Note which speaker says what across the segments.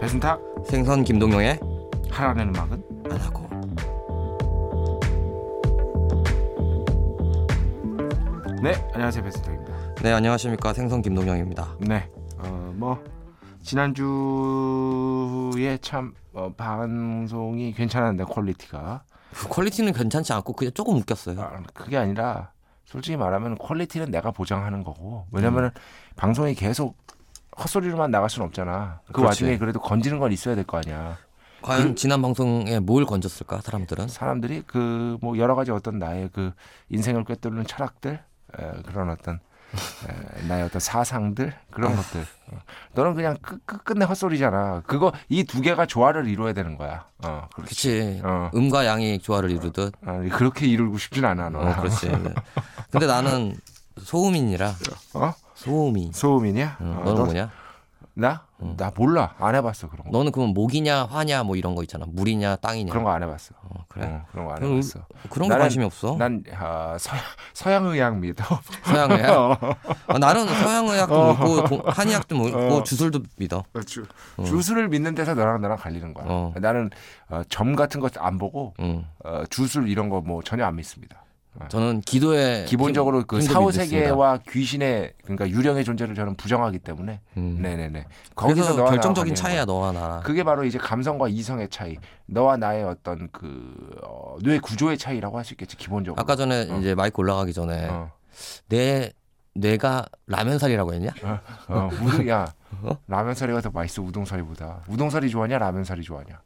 Speaker 1: 배순탁
Speaker 2: 생선 김동영의
Speaker 1: 하라는 음악은
Speaker 2: 안 하고
Speaker 1: 네 안녕하세요 배순탁입니다. 네,
Speaker 2: 네 안녕하십니까 생선 김동영입니다
Speaker 1: 네어뭐 지난주에 참 어, 방송이 괜찮았는데 퀄리티가
Speaker 2: 그 퀄리티는 괜찮지 않고 그냥 조금 웃겼어요
Speaker 1: 아, 그게 아니라 솔직히 말하면 퀄리티는 내가 보장하는 거고 왜냐면은 방송이 계속 헛소리로만 나갈 수는 없잖아. 그
Speaker 2: 그렇지.
Speaker 1: 와중에 그래도 건지는 건 있어야 될 거 아니야.
Speaker 2: 과연
Speaker 1: 음?
Speaker 2: 지난 방송에 뭘 건졌을까 사람들은
Speaker 1: 사람들이 그 뭐 여러 가지 어떤 나의 그 인생을 꿰뚫는 철학들 에, 그런 어떤 에, 나의 어떤 사상들
Speaker 2: 아.
Speaker 1: 그런 것들 어. 너는 그냥 끝, 끝끝내 헛소리잖아 그거 이 두 개가 조화를 이루어야 되는 거야 어 그렇지
Speaker 2: 그치
Speaker 1: 어
Speaker 2: 음과 양이 조화를 이루듯
Speaker 1: 아, 그렇게 이루고 싶진 않아
Speaker 2: 어,
Speaker 1: 너 어,
Speaker 2: 그렇지 근데 나는 소음인이라
Speaker 1: 어?
Speaker 2: 소음인
Speaker 1: 소음이냐
Speaker 2: 응,
Speaker 1: 어,
Speaker 2: 너는
Speaker 1: 너-
Speaker 2: 뭐냐
Speaker 1: 나? 나 몰라 안 해봤어 그런 거
Speaker 2: 너는 그럼 목이냐 화냐 뭐 이런 거 있잖아 물이냐 땅이냐
Speaker 1: 그런 거 안 해봤어
Speaker 2: 어, 그래
Speaker 1: 어, 그런 거 안
Speaker 2: 그럼
Speaker 1: 해봤어
Speaker 2: 그런 거
Speaker 1: 나는-
Speaker 2: 관심이 없어
Speaker 1: 난 아, 서, 서양 의학 믿어
Speaker 2: 서양의학 아, 나는 서양의학도
Speaker 1: 어.
Speaker 2: 믿고 동- 한의학도 믿고
Speaker 1: 어.
Speaker 2: 주술도 믿어
Speaker 1: 어, 주, 주술을 믿는 데서 너랑 나랑 갈리는 거야.
Speaker 2: 어.
Speaker 1: 나는 어, 점 같은 것 안 보고
Speaker 2: 응.
Speaker 1: 어, 주술 이런 거 뭐 전혀 안 믿습니다.
Speaker 2: 저는 기도에
Speaker 1: 기본적으로 그
Speaker 2: 힘도
Speaker 1: 사후
Speaker 2: 네, 믿습니다.
Speaker 1: 세계와 귀신의 그러니까 유령의 존재를 저는 부정하기 때문에
Speaker 2: 음.
Speaker 1: 네네네. 거기서
Speaker 2: 그래서
Speaker 1: 너와 나랑
Speaker 2: 결정적인
Speaker 1: 갈리는
Speaker 2: 차이야
Speaker 1: 거야.
Speaker 2: 너와 나랑
Speaker 1: 그게 바로 이제 감성과 이성의 차이, 너와 나의 어떤 그 어, 뇌 구조의 차이라고 할 수 있겠지 기본적으로.
Speaker 2: 아까 네. 전에
Speaker 1: 어.
Speaker 2: 이제 마이크 올라가기 전에
Speaker 1: 어,
Speaker 2: 내 뇌가 라면살이라고 했냐?
Speaker 1: 어, 우동, 야
Speaker 2: 어?
Speaker 1: 라면사리가 더 맛있어 우동사리보다. 우동사리 좋아하냐 라면사리 좋아하냐?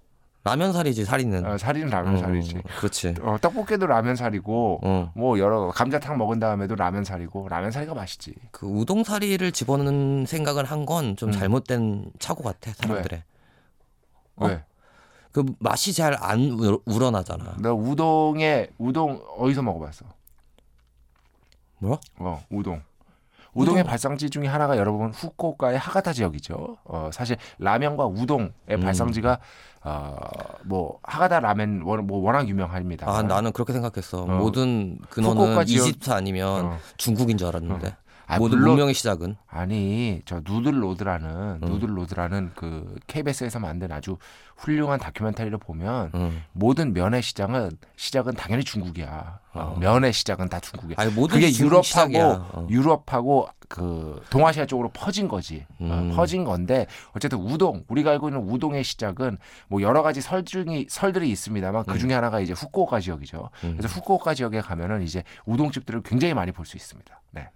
Speaker 2: 라면살이지 살이는.
Speaker 1: 어, 사리는 라면사리지.
Speaker 2: 어, 그렇지.
Speaker 1: 어, 떡볶이도 라면사리고
Speaker 2: 어.
Speaker 1: 뭐 여러 감자탕 먹은 다음에도 라면 사리고 라면 사리가 맛있지.
Speaker 2: 그 우동사리를 집어넣는 생각을 한 건 좀
Speaker 1: 음. 네.
Speaker 2: 잘못된 착오 같아 사람들의. 어?
Speaker 1: 왜?
Speaker 2: 그 맛이 잘 안 우러나잖아.
Speaker 1: 너 우동에 우동 어디서 먹어봤어?
Speaker 2: 뭐?
Speaker 1: 어, 우동. 우동의
Speaker 2: 우동.
Speaker 1: 발상지 중에 하나가 여러분 후쿠오카의 하가타 지역이죠. 어, 사실 라면과 우동의
Speaker 2: 음.
Speaker 1: 발상지가 어, 뭐 하가타 라멘 워- 뭐 워낙 유명합니다.
Speaker 2: 아 나는 그렇게 생각했어.
Speaker 1: 어.
Speaker 2: 모든
Speaker 1: 후쿠오카
Speaker 2: 근원은
Speaker 1: 지역-
Speaker 2: 이집트 아니면
Speaker 1: 어.
Speaker 2: 중국인 줄 알았는데
Speaker 1: 아,
Speaker 2: 모든
Speaker 1: 물론
Speaker 2: 문명의 음. 시작은
Speaker 1: 아니 저 누들로드라는 누들로드라는 그 KBS에서 만든 아주 훌륭한 다큐멘터리를 보면
Speaker 2: 응.
Speaker 1: 모든 면의 시장은 시작은 당연히 중국이야. 어, 면의 시작은 다 중국이야.
Speaker 2: 아니 모든
Speaker 1: 그게
Speaker 2: 중국
Speaker 1: 유럽하고
Speaker 2: 시작이야. 어.
Speaker 1: 유럽하고 그 동아시아 쪽으로 퍼진 거지. 어,
Speaker 2: 음.
Speaker 1: 퍼진 건데 어쨌든 우동 우리가 알고 있는 우동의 시작은 뭐 여러 가지 설 중이 설들이 있습니다만 그 중에 하나가 이제 후쿠오카 지역이죠.
Speaker 2: 음.
Speaker 1: 그래서 후쿠오카 지역에 가면은 이제 우동집들을 굉장히 많이 볼 수 있습니다. 네,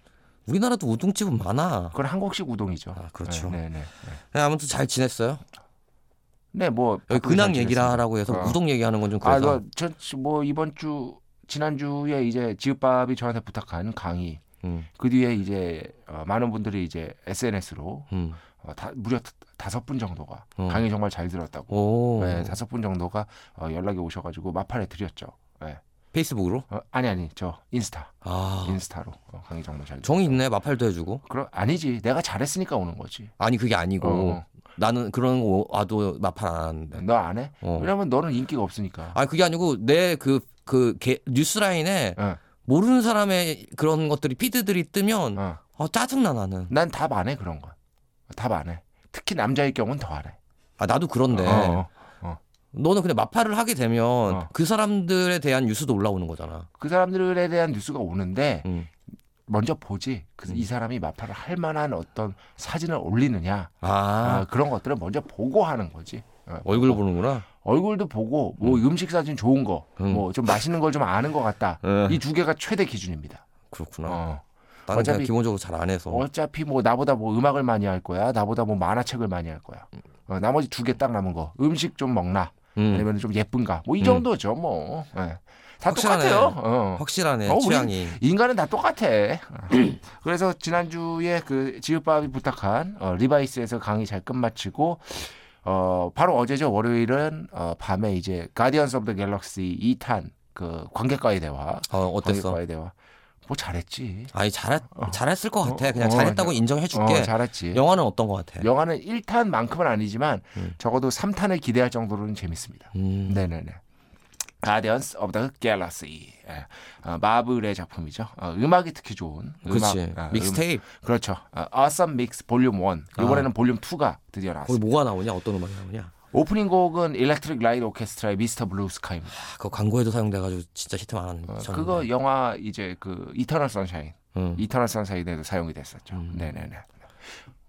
Speaker 2: 우리나라도 우동집은 많아.
Speaker 1: 그건 한국식 우동이죠.
Speaker 2: 아, 그렇죠.
Speaker 1: 네, 네. 네.
Speaker 2: 네, 아무튼 잘 지냈어요.
Speaker 1: 네, 뭐
Speaker 2: 여기
Speaker 1: 바쁘게 잘
Speaker 2: 근황 얘기를
Speaker 1: 지냈습니다.
Speaker 2: 하라고 해서
Speaker 1: 어.
Speaker 2: 우동 얘기하는 건 좀
Speaker 1: 아,
Speaker 2: 그래서
Speaker 1: 너저뭐 이번 주 지난 주에 이제 지읍밥이 저한테 부탁한 강의
Speaker 2: 음,
Speaker 1: 그 뒤에 이제 어, 많은 분들이 이제 SNS로
Speaker 2: 음.
Speaker 1: 어, 다, 무려 다- 다섯 분 정도가
Speaker 2: 어.
Speaker 1: 강의 정말 잘 들었다고
Speaker 2: 오
Speaker 1: 네, 다섯 분 정도가 어, 연락이 오셔가지고 마판에 드렸죠. 네.
Speaker 2: 페이스북으로
Speaker 1: 어, 아니 아니 저 인스타
Speaker 2: 아
Speaker 1: 인스타로 어, 강의 정말 잘.
Speaker 2: 정이 있네 마팔도 해주고
Speaker 1: 그럼 아니지 내가 잘했으니까 오는 거지.
Speaker 2: 아니 그게 아니고
Speaker 1: 어.
Speaker 2: 나는 그런 거 와도 마팔 안 하는데
Speaker 1: 너 안 해?
Speaker 2: 어.
Speaker 1: 왜냐면 너는 인기가 없으니까.
Speaker 2: 아니 그게 아니고 내 그 그 뉴스라인에
Speaker 1: 어,
Speaker 2: 모르는 사람의 그런 것들이 피드들이 뜨면
Speaker 1: 어.
Speaker 2: 아, 짜증나 나는
Speaker 1: 난답 안 해 그런 건. 답 안 해. 특히 남자일 경우는 더 안 해.
Speaker 2: 아 나도 그런데
Speaker 1: 어, 어.
Speaker 2: 너는 근데 마팔을 하게 되면
Speaker 1: 어.
Speaker 2: 그 사람들에 대한 뉴스도 올라오는 거잖아
Speaker 1: 그 사람들에 대한 뉴스가 오는데
Speaker 2: 음.
Speaker 1: 먼저 보지 그, 이 사람이 마파를 할 만한 어떤 사진을 올리느냐
Speaker 2: 아,
Speaker 1: 아, 그런 것들을 먼저 보고 하는 거지 어.
Speaker 2: 얼굴 보는구나
Speaker 1: 얼굴도 보고 뭐 음식 사진 좋은 거 뭐
Speaker 2: 음.
Speaker 1: 좀 맛있는 걸 좀 아는 것 같다
Speaker 2: 어.
Speaker 1: 이 두 개가 최대 기준입니다
Speaker 2: 그렇구나
Speaker 1: 어.
Speaker 2: 나는 그냥
Speaker 1: 어차피-
Speaker 2: 기본적으로 잘 안 해서
Speaker 1: 어차피 뭐 나보다 뭐 음악을 많이 할 거야 나보다 뭐 만화책을 많이 할 거야 어, 나머지 두 개 딱 남은 거 음식 좀 먹나
Speaker 2: 음.
Speaker 1: 아니면 좀 예쁜가 뭐 이
Speaker 2: 음.
Speaker 1: 정도죠 뭐 예. 다
Speaker 2: 확실하네.
Speaker 1: 똑같아요 어.
Speaker 2: 확실하네
Speaker 1: 어, 우린-
Speaker 2: 취향이
Speaker 1: 인간은 다 똑같아. 그래서 지난주에 그 지읍밥이 부탁한 어, 리바이스에서 강의 잘 끝마치고 어, 바로 어제죠 월요일은 어, 밤에 이제 가디언스 오브 더 갤럭시 2탄 그 관객과의 대화.
Speaker 2: 어, 어땠어?
Speaker 1: 관객과의 대화. 뭐 잘했지.
Speaker 2: 아니 잘 잘했을 것 같아.
Speaker 1: 어,
Speaker 2: 그냥
Speaker 1: 어,
Speaker 2: 잘했다고
Speaker 1: 어,
Speaker 2: 인정해줄게.
Speaker 1: 어, 잘했지.
Speaker 2: 영화는 어떤 것 같아?
Speaker 1: 영화는 1탄만큼은 아니지만
Speaker 2: 음.
Speaker 1: 적어도 3탄을 기대할 정도로는 재밌습니다.
Speaker 2: 음,
Speaker 1: 네네네. 가디언스 오브 더 갤럭시 예. 어, 마블의 작품이죠. 어, 음악이 특히 좋은 음악,
Speaker 2: 그렇지.
Speaker 1: 아, 음-
Speaker 2: 믹스테이프.
Speaker 1: 그렇죠. 어, awesome Mix 볼륨 1 이번에는
Speaker 2: 아.
Speaker 1: 볼륨 2가 드디어
Speaker 2: 거기
Speaker 1: 나왔습니다.
Speaker 2: 뭐가 나오냐? 어떤 음악이 나오냐?
Speaker 1: 오프닝 곡은 일렉트릭 라이트 오케스트라의 미스터 블루 스카이입니다.
Speaker 2: 아, 그거 광고에도 사용돼가지고 진짜 히트 많았는데.
Speaker 1: 어,
Speaker 2: 저는 음.
Speaker 1: 그거 영화 이제 그 이터널 선샤인
Speaker 2: 응.
Speaker 1: 이터널 선샤인에도 사용이 됐었죠.
Speaker 2: 음.
Speaker 1: 네네네.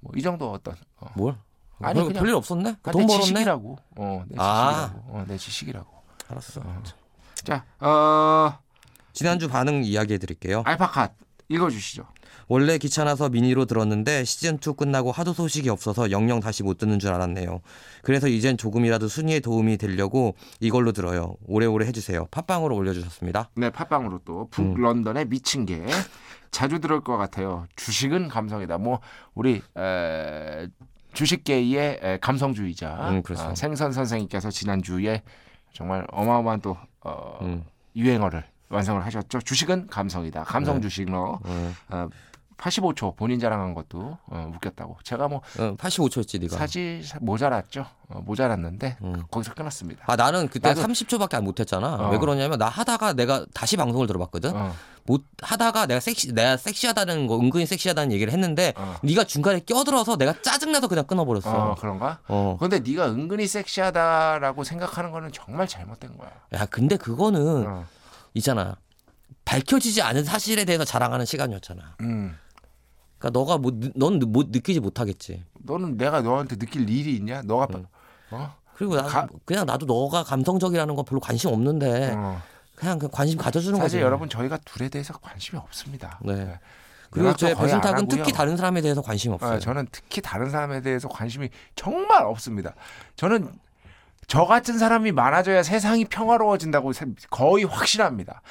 Speaker 1: 뭐 이 정도 어떤 어.
Speaker 2: 뭘?
Speaker 1: 아니,
Speaker 2: 아니
Speaker 1: 그냥-
Speaker 2: 별일 없었네.
Speaker 1: 아,
Speaker 2: 돈
Speaker 1: 내
Speaker 2: 벌었네.
Speaker 1: 지식이라고. 어, 내
Speaker 2: 아.
Speaker 1: 지식이라고. 어, 내 지식이라고.
Speaker 2: 알았어.
Speaker 1: 자, 어,
Speaker 2: 지난주 반응 이야기해 드릴게요.
Speaker 1: 알파카 읽어주시죠.
Speaker 2: 원래 귀찮아서 미니로 들었는데 시즌2 끝나고 하도 소식이 없어서 영영 다시 못 듣는 줄 알았네요. 그래서 이젠 조금이라도 순위에 도움이 되려고 이걸로 들어요. 오래오래 해주세요. 팟빵으로 올려주셨습니다.
Speaker 1: 네, 팟빵으로 또
Speaker 2: 음.
Speaker 1: 북런던의 미친 개 자주 들을 것 같아요. 주식은 감성이다. 뭐 우리 에, 주식계의 에, 감성주의자
Speaker 2: 음, 그렇죠.
Speaker 1: 아, 생선 선생님께서 지난 주에 정말 어마어마한 또 어,
Speaker 2: 음.
Speaker 1: 유행어를 완성을 하셨죠. 주식은 감성이다.
Speaker 2: 네.
Speaker 1: 감성 주식러
Speaker 2: 음.
Speaker 1: 어, 85초 본인 자랑한 것도 어, 웃겼다고. 제가 뭐
Speaker 2: 어, 85초였지 네가.
Speaker 1: 사실 모자랐죠. 어, 모자랐는데
Speaker 2: 음.
Speaker 1: 거기서 끊었습니다.
Speaker 2: 아 나는 그때
Speaker 1: 나도-
Speaker 2: 30초밖에 안 못했잖아.
Speaker 1: 어.
Speaker 2: 왜 그러냐면 나 하다가 내가 다시 방송을 들어봤거든.
Speaker 1: 어,
Speaker 2: 못 하다가 내가 섹시 내가 섹시하다는 거 은근히 섹시하다는 얘기를 했는데
Speaker 1: 어.
Speaker 2: 네가 중간에 껴들어서 내가 짜증나서 그냥 끊어버렸어.
Speaker 1: 어, 그런가?
Speaker 2: 어.
Speaker 1: 근데 네가 은근히 섹시하다라고 생각하는 거는 정말 잘못된 거야.
Speaker 2: 야 근데 그거는
Speaker 1: 어.
Speaker 2: 있잖아. 밝혀지지 않은 사실에 대해서 자랑하는 시간이었잖아.
Speaker 1: 음.
Speaker 2: 그러니까 너가 뭐넌 못 느끼지 못하겠지.
Speaker 1: 너는 내가 너한테 느낄 일이 있냐? 너가
Speaker 2: 네.
Speaker 1: 빠- 어?
Speaker 2: 그리고 나
Speaker 1: 가-
Speaker 2: 그냥 나도 너가 감성적이라는 건 별로 관심 없는데
Speaker 1: 어.
Speaker 2: 그냥 그 관심 가져주는 거지.
Speaker 1: 사실 여러분 저희가 둘에 대해서 관심이 없습니다.
Speaker 2: 네.
Speaker 1: 네.
Speaker 2: 그리고
Speaker 1: 연락도
Speaker 2: 저의
Speaker 1: 거의 안
Speaker 2: 배신탁은
Speaker 1: 하고요.
Speaker 2: 특히 다른 사람에 대해서 관심 이 없어요.
Speaker 1: 아, 저는 특히 다른 사람에 대해서 관심이 정말 없습니다. 저는 저 같은 사람이 많아져야 세상이 평화로워진다고 세- 거의 확신합니다.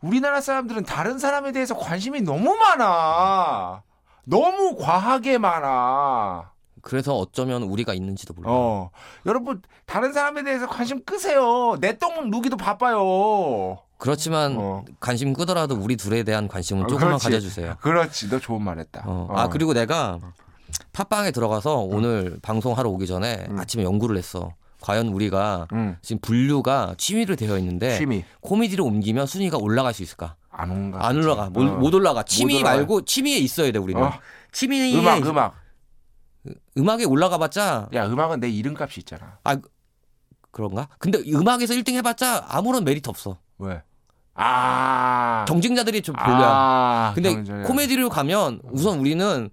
Speaker 1: 우리나라 사람들은 다른 사람에 대해서 관심이 너무 많아. 너무 과하게 많아.
Speaker 2: 그래서 어쩌면 우리가 있는지도 몰라. 요
Speaker 1: 어. 여러분, 다른 사람에 대해서 관심 끄세요. 내 똥 누기도 바빠요.
Speaker 2: 그렇지만
Speaker 1: 어.
Speaker 2: 관심 끄더라도 우리 둘에 대한 관심은
Speaker 1: 어,
Speaker 2: 조금만
Speaker 1: 그렇지.
Speaker 2: 가져주세요.
Speaker 1: 그렇지. 너 좋은 말 했다.
Speaker 2: 어.
Speaker 1: 어.
Speaker 2: 아 그리고 내가 팟빵에 들어가서 오늘 방송하러 오기 전에
Speaker 1: 음.
Speaker 2: 아침에 연구를 했어. 과연 우리가
Speaker 1: 응.
Speaker 2: 지금 분류가 취미로 되어 있는데
Speaker 1: 음. 취미.
Speaker 2: 코미디로 옮기면 순위가 올라갈 수 있을까?
Speaker 1: 안 온가.
Speaker 2: 안 올라가. 못,
Speaker 1: 어.
Speaker 2: 못 올라가. 취미
Speaker 1: 올라가요.
Speaker 2: 말고 취미에 있어야 돼 우리는.
Speaker 1: 어.
Speaker 2: 취미에
Speaker 1: 음악, 음악.
Speaker 2: 에 올라가봤자
Speaker 1: 야, 음악은 내 이름값이 있잖아.
Speaker 2: 그런가? 근데 음악에서 1등 해봤자 아무런 메리트 없어.
Speaker 1: 왜? 아.
Speaker 2: 경쟁자들이 좀 별로야.
Speaker 1: 아,
Speaker 2: 근데
Speaker 1: 경쟁자.
Speaker 2: 코미디로 가면 우선 우리는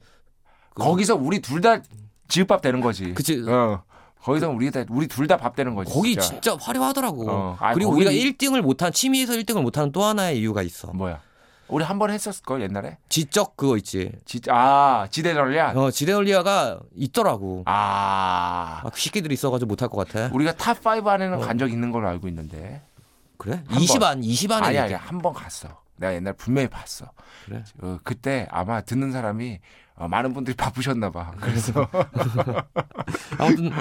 Speaker 1: 거기서 우리 둘 다 지읍밥 되는 거지.
Speaker 2: 그치
Speaker 1: 어. 거기서 우리 다 우리 둘 다 밥 되는 거지.
Speaker 2: 거기
Speaker 1: 진짜.
Speaker 2: 진짜 화려하더라고.
Speaker 1: 어. 아,
Speaker 2: 그리고
Speaker 1: 거기- 음.
Speaker 2: 우리가 1등을 못한 취미에서 1등을 못하는 또 하나의 이유가 있어.
Speaker 1: 뭐야? 우리 한 번 했었을 걸 옛날에.
Speaker 2: 지적 그거 있지.
Speaker 1: 지, 아, 지대 전략.
Speaker 2: 어, 지레올리아가 있더라고.
Speaker 1: 아.
Speaker 2: 아, 새끼들이 있어가지고 못할 것 같아.
Speaker 1: 우리가 탑 5 안에는
Speaker 2: 어.
Speaker 1: 간 적 있는 걸로 알고 있는데
Speaker 2: 그래?
Speaker 1: 번.
Speaker 2: 20안, 20안에
Speaker 1: 아니 아니 한 번 갔어. 내가 옛날 분명히 봤어.
Speaker 2: 그래?
Speaker 1: 어, 그때 아마 듣는 사람이 어, 많은 분들이 바쁘셨나 봐. 그래서
Speaker 2: 그러니까. 아무튼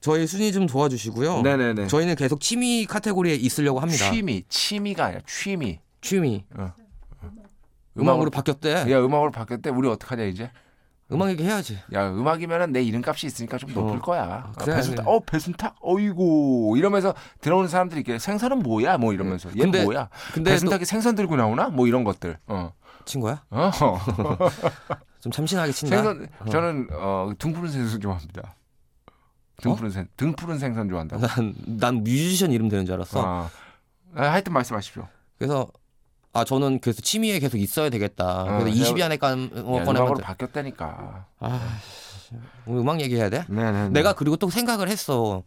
Speaker 2: 저희 순위 좀 도와주시고요.
Speaker 1: 네네네.
Speaker 2: 저희는 계속 취미 카테고리에 있으려고 합니다.
Speaker 1: 취미, 취미가 아니라 취미.
Speaker 2: 취미.
Speaker 1: 음악으로 예.
Speaker 2: 음악으로 바뀌었대.
Speaker 1: 야 음악으로 바뀌었대. 우리 어떡하냐 이제?
Speaker 2: 음악 얘기 해야지.
Speaker 1: 야 음악이면은 내 이름값이 있으니까 좀 높을 거야.
Speaker 2: 어. 그래,
Speaker 1: 아, 배순탁,
Speaker 2: 그래.
Speaker 1: 어 배순탁, 어이구 이러면서 들어오는 사람들이 이렇게 생선은 뭐야? 뭐 이러면서 얘
Speaker 2: 네. 근데-
Speaker 1: 뭐야?
Speaker 2: 근데 또
Speaker 1: 배순탁이 생선 들고 나오나? 뭐 이런 것들. 어,
Speaker 2: 친 거야?
Speaker 1: 어.
Speaker 2: 좀 참신하게 친다.
Speaker 1: 생선 저는 어, 등푸른 생선 좋아합니다.
Speaker 2: 어?
Speaker 1: 등푸른 생 등푸른 생선 좋아한다.
Speaker 2: 난, 난 뮤지션 이름 되는 줄 알았어.
Speaker 1: 아, 아, 하여튼 말씀하십시오.
Speaker 2: 그래서 아 저는 그래서 취미에 계속 있어야 되겠다.
Speaker 1: 어,
Speaker 2: 그래서
Speaker 1: 내가-
Speaker 2: 20위 안에 깐 어,
Speaker 1: 야,
Speaker 2: 꺼내면
Speaker 1: 음악으로
Speaker 2: 돼.
Speaker 1: 바뀌었다니까.
Speaker 2: 아, 씨. 우리 음악 얘기해야 돼?
Speaker 1: 네네.
Speaker 2: 내가 그리고 또 생각을 했어.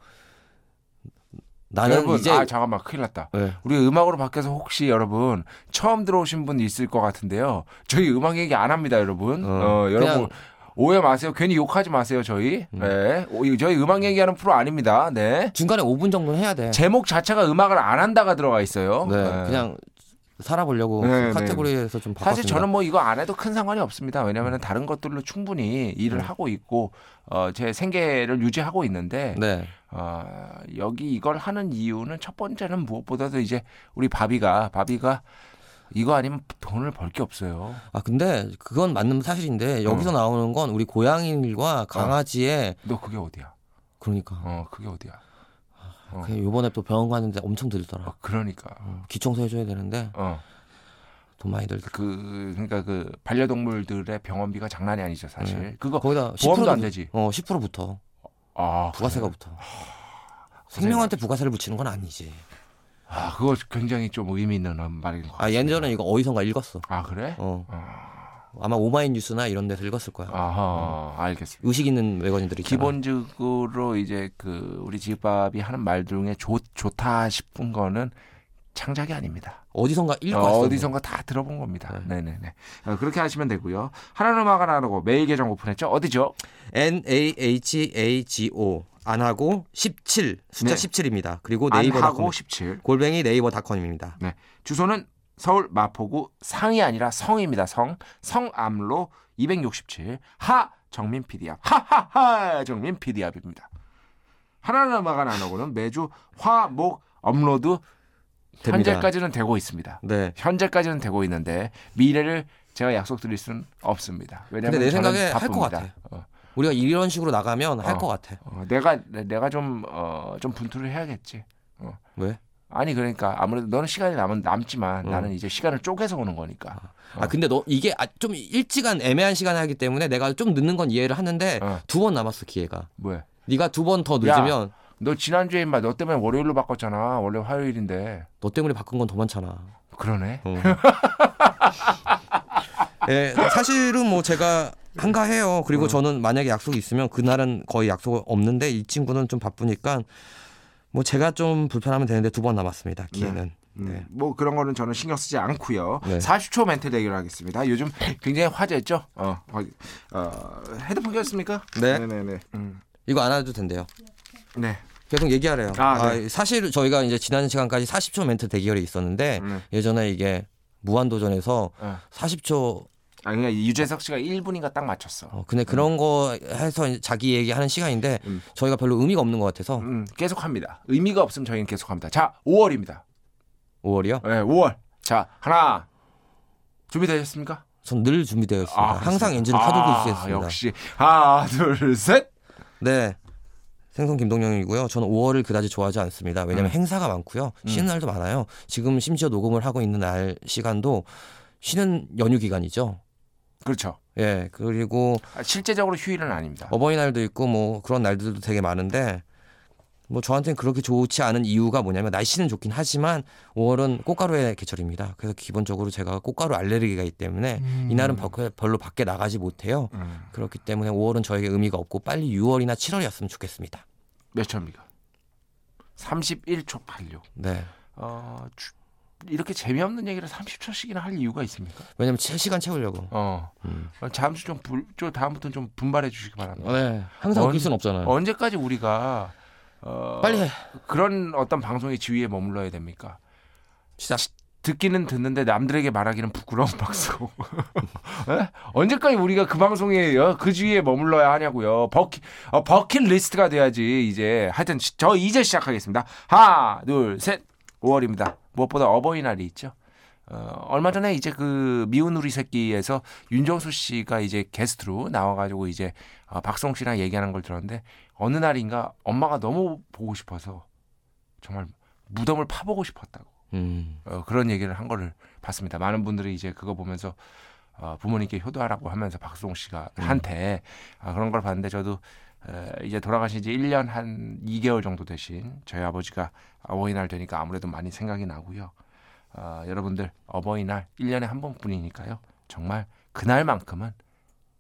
Speaker 2: 나는
Speaker 1: 여러분
Speaker 2: 이제
Speaker 1: 아 잠깐만 큰일 났다.
Speaker 2: 네.
Speaker 1: 우리 음악으로 바뀌어서 혹시 여러분 처음 들어오신 분 있을 것 같은데요. 저희 음악 얘기 안 합니다, 여러분.
Speaker 2: 어,
Speaker 1: 어, 여러분 오해 마세요. 괜히 욕하지 마세요, 저희.
Speaker 2: 음.
Speaker 1: 네. 오, 이- 저희 음악 얘기하는 프로 아닙니다. 네.
Speaker 2: 중간에 5분 정도는 해야 돼.
Speaker 1: 제목 자체가 음악을 안 한다가 들어가 있어요.
Speaker 2: 네, 그냥 살아보려고
Speaker 1: 네,
Speaker 2: 카테고리에서 좀 바꿨습니다. 음.
Speaker 1: 사실 저는 뭐 이거 안 해도 큰 상관이 없습니다. 왜냐하면 다른 것들로 충분히 일을 하고 있고 어, 제 생계를 유지하고 있는데
Speaker 2: 네,
Speaker 1: 어, 여기 이걸 하는 이유는 첫 번째는 무엇보다도 이제 우리 바비가 바비가 이거 아니면 돈을 벌 게 없어요.
Speaker 2: 아 근데 그건 맞는 사실인데
Speaker 1: 어.
Speaker 2: 여기서 나오는 건 우리 고양이들과 강아지의
Speaker 1: 너 그게 어디야?
Speaker 2: 그러니까
Speaker 1: 어 그게 어디야? 어.
Speaker 2: 그 요번에 또 병원 가는데 엄청 들더라.
Speaker 1: 어, 그러니까.
Speaker 2: 기청소 해줘야 되는데
Speaker 1: 어.
Speaker 2: 돈 많이 들더라.
Speaker 1: 그 그러니까 그 반려동물들의 병원비가 장난이 아니죠, 사실. 그거
Speaker 2: 거기다 10%
Speaker 1: 보험도 안
Speaker 2: 붙-
Speaker 1: 되지.
Speaker 2: 어, 10% 붙어.
Speaker 1: 아,
Speaker 2: 네. 부가세가
Speaker 1: 그래요?
Speaker 2: 붙어. 생명한테 부가세를 붙이는 건 아니지.
Speaker 1: 아, 그거 굉장히 좀 의미 있는 말인 것 같아.
Speaker 2: 아, 예전에 이거 어디선가 읽었어.
Speaker 1: 아, 그래?
Speaker 2: 어. 아마 오마이뉴스나 이런 데서 읽었을 거야.
Speaker 1: 아하, 알겠습니다.
Speaker 2: 의식 있는 외관인들이
Speaker 1: 기본적으로 음. 이제 그 우리 집밥이 하는 말 중에 좋 좋다 싶은 거는 창작이 아닙니다.
Speaker 2: 어디선가 읽고 왔어.
Speaker 1: 어, 디선가다 들어본 겁니다. 네, 네, 네. 그렇게 하시면 되고요. 하나는 음악 하나라고 메일 계정 오픈했죠. 어디죠?
Speaker 2: N A H A G O 안 하고 17 숫자
Speaker 1: 네.
Speaker 2: 17입니다. 그리고
Speaker 1: 안하고
Speaker 2: 네이버닷컴
Speaker 1: 17.
Speaker 2: 골뱅이 네이버닷컴입니다.
Speaker 1: 네. 주소는 서울 마포구 상이 아니라 성입니다. 성 성암로 267 하 정민 PD앞 하하하 정민 PD앞입니다. 하나는 음악 하나라고는 매주 화목 업로드
Speaker 2: 됩니다.
Speaker 1: 현재까지는 되고 있습니다.
Speaker 2: 네.
Speaker 1: 현재까지는 되고 있는데 미래를 제가 약속드릴 수는 없습니다. 왜냐하면
Speaker 2: 근데 내
Speaker 1: 저는
Speaker 2: 생각에 할것
Speaker 1: 바쁩니다.
Speaker 2: 같아.
Speaker 1: 어,
Speaker 2: 우리가 이런 식으로 나가면 할
Speaker 1: 어.
Speaker 2: 것 같아.
Speaker 1: 어, 내가 내가 좀좀 어, 좀 분투를 해야겠지.
Speaker 2: 왜?
Speaker 1: 아니 그러니까 아무래도 너는 시간이 남은 남지만
Speaker 2: 음.
Speaker 1: 나는 이제 시간을 쪼개서 오는 거니까.
Speaker 2: 아 근데 너 이게 아, 좀 일찍한 애매한 시간에 하기 때문에 내가 좀 늦는 건 이해를 하는데
Speaker 1: 어.
Speaker 2: 두 번 남았어 기회가.
Speaker 1: 뭐야?
Speaker 2: 네가 두 번 더 늦으면
Speaker 1: 너 지난주에 인마 너 때문에 월요일로 바꿨잖아. 원래 화요일인데.
Speaker 2: 너 때문에 바꾼 건 더 많잖아. 어.
Speaker 1: 그러네.
Speaker 2: 예, 사실은 뭐 제가 한가해요. 그리고
Speaker 1: 어.
Speaker 2: 저는 만약에 약속이 있으면 그날은 거의 약속 없는데 이 친구는 좀 바쁘니까 뭐 제가 좀 불편하면 되는데 두 번 남았습니다. 기회는.
Speaker 1: 음,
Speaker 2: 네.
Speaker 1: 뭐 그런 거는 저는 신경 쓰지 않고요.
Speaker 2: 네.
Speaker 1: 40초 멘트 대결하겠습니다. 요즘 굉장히 화제죠. 어, 어, 어, 헤드폰 꼈습니까?
Speaker 2: 네.
Speaker 1: 네네네. 음,
Speaker 2: 이거 안 해도 된대요.
Speaker 1: 네.
Speaker 2: 계속 얘기하래요.
Speaker 1: 아,
Speaker 2: 아, 사실 저희가 이제 지난 시간까지 40초 멘트 대결이 있었는데
Speaker 1: 네.
Speaker 2: 예전에 이게 무한도전에서
Speaker 1: 어.
Speaker 2: 40초
Speaker 1: 아 그러니까 유재석 씨가 1분인가 딱 맞췄어.
Speaker 2: 어, 근데 그런 거 해서 이제 자기 얘기하는 시간인데
Speaker 1: 음.
Speaker 2: 저희가 별로 의미가 없는 것 같아서
Speaker 1: 음, 계속합니다. 의미가 없으면 저희는 계속합니다. 자, 5월입니다.
Speaker 2: 5월이요?
Speaker 1: 네, 5월. 자, 하나. 준비되셨습니까?
Speaker 2: 전 늘 준비되어 있습니다. 아, 항상
Speaker 1: 그렇습니다.
Speaker 2: 엔진을
Speaker 1: 아,
Speaker 2: 켜두고 있습니다.
Speaker 1: 역시 하나, 둘, 셋.
Speaker 2: 네. 생선 김동영이고요. 저는 5월을 그다지 좋아하지 않습니다.
Speaker 1: 음.
Speaker 2: 왜냐하면 행사가 많고요. 쉬는 날도 많아요. 지금 심지어 녹음을 하고 있는 날 시간도 쉬는 연휴 기간이죠.
Speaker 1: 그렇죠.
Speaker 2: 예. 그리고
Speaker 1: 아, 실제적으로 휴일은 아닙니다.
Speaker 2: 어버이날도 있고 뭐 그런 날들도 되게 많은데 뭐 저한테는 그렇게 좋지 않은 이유가 뭐냐면 날씨는 좋긴 하지만 5월은 꽃가루의 계절입니다. 그래서 기본적으로 제가 꽃가루 알레르기가 있기 때문에 이날은 밖에- 별로 밖에 나가지 못해요.
Speaker 1: 음.
Speaker 2: 그렇기 때문에 5월은 저에게 의미가 없고 빨리 6월이나 7월이었으면 좋겠습니다.
Speaker 1: 몇 초입니까? 31초 86.
Speaker 2: 네.
Speaker 1: 어, 주- 이렇게 재미없는 얘기를 30초씩이나 할 이유가 있습니까?
Speaker 2: 왜냐면 제 시간 채우려고.
Speaker 1: 어.
Speaker 2: 음.
Speaker 1: 어, 잠시 좀 불, 저 다음부터는 좀 분발해 주시기 바랍니다.
Speaker 2: 네. 항상
Speaker 1: 언-
Speaker 2: 웃길 순 없잖아요.
Speaker 1: 언제까지 우리가 어,
Speaker 2: 어, 빨리 해.
Speaker 1: 그런 어떤 방송의 지위에 머물러야 됩니까?
Speaker 2: 시작.
Speaker 1: 듣기는 듣는데 남들에게 말하기는 부끄러운 방송. 예? 언제까지 우리가 그 방송에 어, 그 지위에 머물러야 하냐고요. 버킷 어, 버킷 리스트가 돼야지 이제. 하여튼 시- 저 이제 시작하겠습니다. 하나, 둘, 셋. 5월입니다. 무엇보다 어버이날이 있죠. 어, 얼마 전에 이제 그 미운 우리 새끼에서 윤정수 씨가 이제 게스트로 나와가지고 이제 어, 박성 씨랑 얘기하는 걸 들었는데 어느 날인가 엄마가 너무 보고 싶어서 정말 무덤을 파보고 싶었다고.
Speaker 2: 음.
Speaker 1: 어, 그런 얘기를 한 거를 봤습니다. 많은 분들이 이제 그거 보면서 어, 부모님께 효도하라고 하면서 박수홍 씨가 한테 아, 그런 걸 봤는데 저도 에, 이제 돌아가신 지 1년 한 2개월 정도 되신 저희 아버지가 어버이날 되니까 아무래도 많이 생각이 나고요. 아, 여러분들 어버이날 1년에 한 번뿐이니까요. 정말 그날만큼은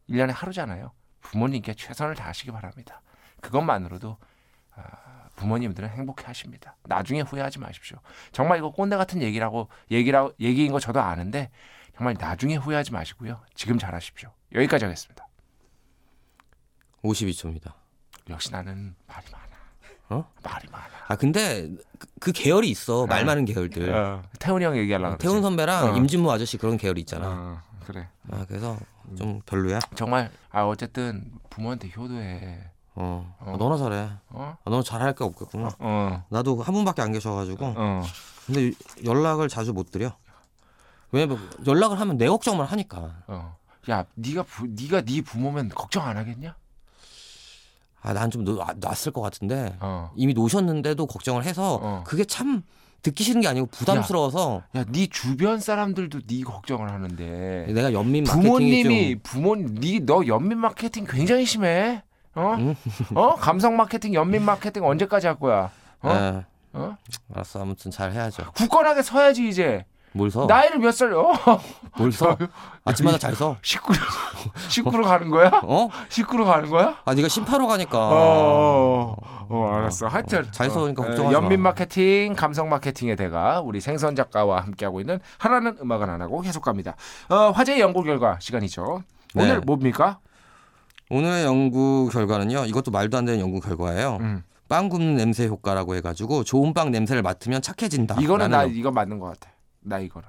Speaker 1: 1년에 하루잖아요. 부모님께 최선을 다하시기 바랍니다. 그것만으로도 아, 부모님들은 행복해 하십니다. 나중에 후회하지 마십시오. 정말 이거 꼰대 같은 얘기라고 얘기라 얘기인 거 저도 아는데 정말 나중에 후회하지 마시고요. 지금 잘하십시오. 여기까지 하겠습니다.
Speaker 2: 52초입니다.
Speaker 1: 역시 나는 말이 많아.
Speaker 2: 어?
Speaker 1: 말이 많아.
Speaker 2: 아 근데 그, 그 계열이 있어. 말 많은 계열들.
Speaker 1: 태훈이 형 얘기하려고 네. 아, 그러지.
Speaker 2: 네. 태훈 선배랑
Speaker 1: 어.
Speaker 2: 임진무 아저씨 그런 계열이 있잖아.
Speaker 1: 어, 그래.
Speaker 2: 아 그래서
Speaker 1: 음.
Speaker 2: 좀 별로야.
Speaker 1: 정말 아 어쨌든 부모한테 효도해.
Speaker 2: 어. 아, 너나 잘해. 아,
Speaker 1: 어?
Speaker 2: 너는 잘할 게 없겠구나.
Speaker 1: 어.
Speaker 2: 나도 한 분밖에 안 계셔가지고.
Speaker 1: 어.
Speaker 2: 근데 연락을 자주 못 드려. 왜냐면 뭐, 연락을 하면 내 걱정만 하니까.
Speaker 1: 어. 야, 네가 부, 네가 네 부모면 걱정 안 하겠냐?
Speaker 2: 아, 난 좀 놨을 것 같은데
Speaker 1: 어.
Speaker 2: 이미 놓으셨는데도 걱정을 해서
Speaker 1: 어.
Speaker 2: 그게 참 듣기 싫은 게 아니고 부담스러워서
Speaker 1: 야, 네 주변 사람들도 네 걱정을 하는데
Speaker 2: 내가 연민 마케팅이
Speaker 1: 부모님이
Speaker 2: 좀
Speaker 1: 부모님 네너 연민 마케팅 굉장히 심해. 어?
Speaker 2: 음.
Speaker 1: 어? 감성 마케팅, 연민 마케팅 언제까지 할 거야? 어?
Speaker 2: 예,
Speaker 1: 어?
Speaker 2: 알았어 아무튼 잘 해야죠.
Speaker 1: 굳건하게 서야지 이제.
Speaker 2: 뭘 서?
Speaker 1: 나이를 몇 살? 어?
Speaker 2: 뭘 서? 아침마다 잘 서.
Speaker 1: 19로 19로 가는 거야?
Speaker 2: 어?
Speaker 1: 19로 가는 거야?
Speaker 2: 아 네가 심파로 가니까.
Speaker 1: 어. 어, 어, 알았어. 하여튼
Speaker 2: 잘 써오니까
Speaker 1: 어,
Speaker 2: 걱정하지 마.
Speaker 1: 연민 마케팅, 감성 마케팅의 대가 우리 생선 작가와 함께하고 있는 하나는 음악은 안 하고 계속 갑니다. 어, 화제의 연구 결과 시간이죠. 오늘
Speaker 2: 네.
Speaker 1: 뭡니까?
Speaker 2: 오늘의 연구 결과는요. 이것도 말도 안 되는 연구 결과예요.
Speaker 1: 음.
Speaker 2: 빵 굽는 냄새 효과라고 해가지고 좋은 빵 냄새를 맡으면 착해진다.
Speaker 1: 이거는 아, 나
Speaker 2: 라는
Speaker 1: 이거 맞는 것 같아. 나 이거는.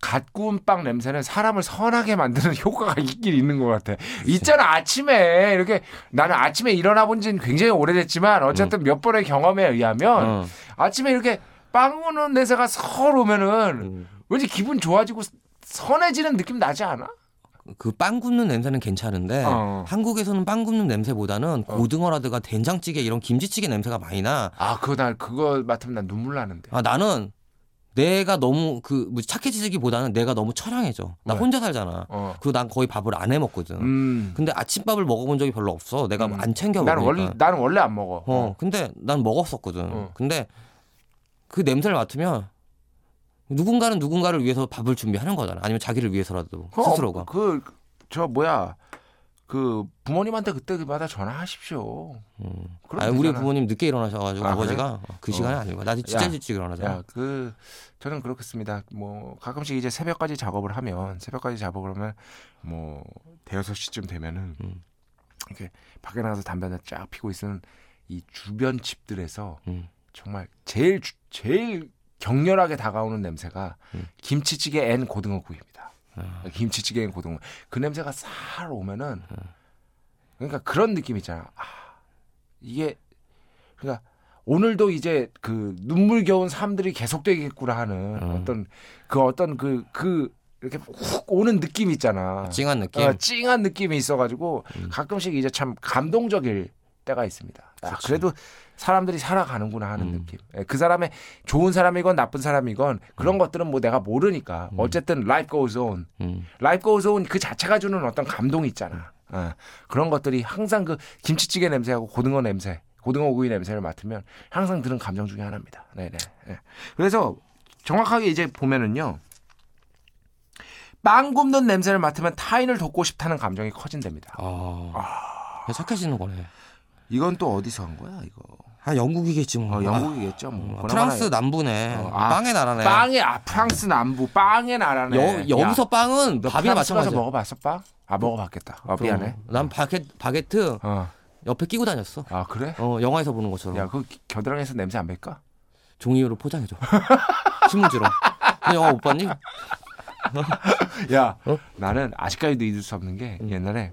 Speaker 1: 갓 구운 빵 냄새는 사람을 선하게 만드는 효과가 있긴 있는 것 같아. 있잖아 아침에 이렇게 나는 아침에 일어나 본 지는 굉장히 오래됐지만 어쨌든 몇 번의 경험에
Speaker 2: 연-
Speaker 1: 의하면
Speaker 2: 어.
Speaker 1: 아침에 이렇게 빵 우는 냄새가 서로 오면은
Speaker 2: 음.
Speaker 1: 왠지 기분 좋아지고 선해지는 느낌 나지 않아?
Speaker 2: 그빵 굽는 냄새는 괜찮은데
Speaker 1: 어.
Speaker 2: 한국에서는 빵 굽는 냄새보다는 고등어라든가 된장찌개 이런 김치찌개 냄새가 많이 나.
Speaker 1: 아 그거 나 그거 맡으면 난 눈물 나는데.
Speaker 2: 아 나는 내가 너무 그뭐 착해지기보다는 내가 너무 처량해져. 나
Speaker 1: 왜?
Speaker 2: 혼자 살잖아.
Speaker 1: 어.
Speaker 2: 그리고 난 거의 밥을 안 해 먹거든.
Speaker 1: 음.
Speaker 2: 근데 아침밥을 먹어본 적이 별로 없어. 내가
Speaker 1: 음.
Speaker 2: 안 챙겨
Speaker 1: 난
Speaker 2: 먹으니까.
Speaker 1: 원래 난 원래 안 먹어.
Speaker 2: 어, 근데 난 먹었었거든.
Speaker 1: 어.
Speaker 2: 근데 그 냄새를 맡으면 누군가는 누군가를 위해서 밥을 준비하는 거잖아. 아니면 자기를 위해서라도
Speaker 1: 그거
Speaker 2: 스스로가.
Speaker 1: 없- 그, 저 뭐야 그 부모님한테 그때마다 전화하십시오.
Speaker 2: 음.
Speaker 1: 어, 그럼
Speaker 2: 아, 우리
Speaker 1: 되잖아.
Speaker 2: 부모님 늦게 일어나셔가지고
Speaker 1: 아,
Speaker 2: 아, 버지가그
Speaker 1: 어.
Speaker 2: 시간에 아니고 나도
Speaker 1: 야,
Speaker 2: 진짜 일찍 일어나잖아.
Speaker 1: 야, 그 저는 그렇겠습니다. 뭐 가끔씩 이제 새벽까지 작업을 하면 새벽까지 작업을 하면 뭐 대여섯 시쯤 되면은
Speaker 2: 음.
Speaker 1: 이렇게 밖에 나가서 담배 하나 쫙 피고 있는 이 주변 집들에서
Speaker 2: 음.
Speaker 1: 정말 제일 주- 제일 격렬하게 다가오는 냄새가
Speaker 2: 음.
Speaker 1: 김치찌개 앤 고등어구이입니다.
Speaker 2: 아.
Speaker 1: 김치찌개 앤 고등어 그 냄새가 살 오면은 그러니까 그런 느낌 있잖아. 아, 이게 그러니까 오늘도 이제 그 눈물겨운 삶들이 계속되겠구나 하는
Speaker 2: 음.
Speaker 1: 어떤 그 어떤 그 그 이렇게 훅 오는 느낌 있잖아.
Speaker 2: 찡한 음. 느낌.
Speaker 1: 어, 찡한 느낌이 있어가지고 가끔씩 이제 참 감동적일 때가 있습니다. 아,
Speaker 2: 그렇지.
Speaker 1: 그래도 사람들이 살아가는구나 하는
Speaker 2: 그렇죠. 음.
Speaker 1: 느낌. 예, 그 사람의 좋은 사람이건 나쁜 사람이건 그런 것들은 뭐 내가 모르니까 어쨌든 life goes on.
Speaker 2: 음.
Speaker 1: 라이프 고즈 온그 자체가 주는 어떤 감동이 있잖아. 어, 그런 것들이 항상 그 김치찌개 냄새하고 고등어 냄새, 고등어 구이 냄새를 맡으면 항상 드는 감정 중에 하나입니다. 네네. 예. 그래서 정확하게 이제 보면은요. 빵 굽는 냄새를 맡으면 타인을 돕고 싶다는 감정이 커진답니다.
Speaker 2: 아. 착해지는 거네.
Speaker 1: 이건 또 어디서 한 거야, 이거?
Speaker 2: 아 영국이겠지 뭐.
Speaker 1: 어,
Speaker 2: 아,
Speaker 1: 영국이겠죠, 뭐.
Speaker 2: 아, 프랑스 남부네.
Speaker 1: 어, 아,
Speaker 2: 빵의 나라네.
Speaker 1: 빵의 아 프랑스 남부 빵의 나라네.
Speaker 2: 여, 여기서 빵은 밥이나
Speaker 1: 밥이나 마찬가지
Speaker 2: 마찬가지야.
Speaker 1: 먹어봤어 빵? 아 먹어봤겠다. 아
Speaker 2: 그럼.
Speaker 1: 미안해.
Speaker 2: 난 바게, 바게트
Speaker 1: 어.
Speaker 2: 옆에 끼고 다녔어.
Speaker 1: 아 그래?
Speaker 2: 어, 영화에서 보는 것처럼.
Speaker 1: 야, 그 겨드랑이에서 냄새 안 뵐까?
Speaker 2: 종이로 포장해줘. 신문지로. 어, 너 영화 못 봤니?
Speaker 1: 야,
Speaker 2: 어?
Speaker 1: 나는 아직까지도 잊을 수 없는 게 옛날에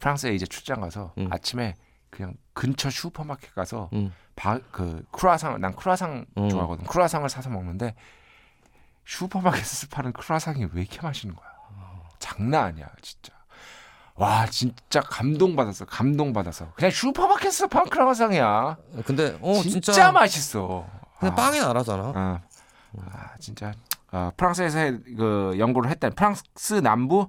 Speaker 1: 프랑스에 이제 출장 가서
Speaker 2: 음.
Speaker 1: 아침에 그냥 근처 슈퍼마켓 가서
Speaker 2: 응.
Speaker 1: 바, 그 크루아상 난 크루아상
Speaker 2: 음.
Speaker 1: 좋아하거든. 크루아상을 사서 먹는데 슈퍼마켓에서 파는 크루아상이 왜 이렇게 맛있는 거야? 장난 아니야, 진짜. 와, 진짜 감동 받았어. 감동 받아서. 그냥 슈퍼마켓에서 파는 크루아상이야.
Speaker 2: 근데 어
Speaker 1: 진짜,
Speaker 2: 진짜,
Speaker 1: 맛있어.
Speaker 2: 근데
Speaker 1: 아.
Speaker 2: 빵이 나라잖아.
Speaker 1: 아, 아, 진짜 아, 프랑스에서 해- 그 연구를 했던 프랑스 남부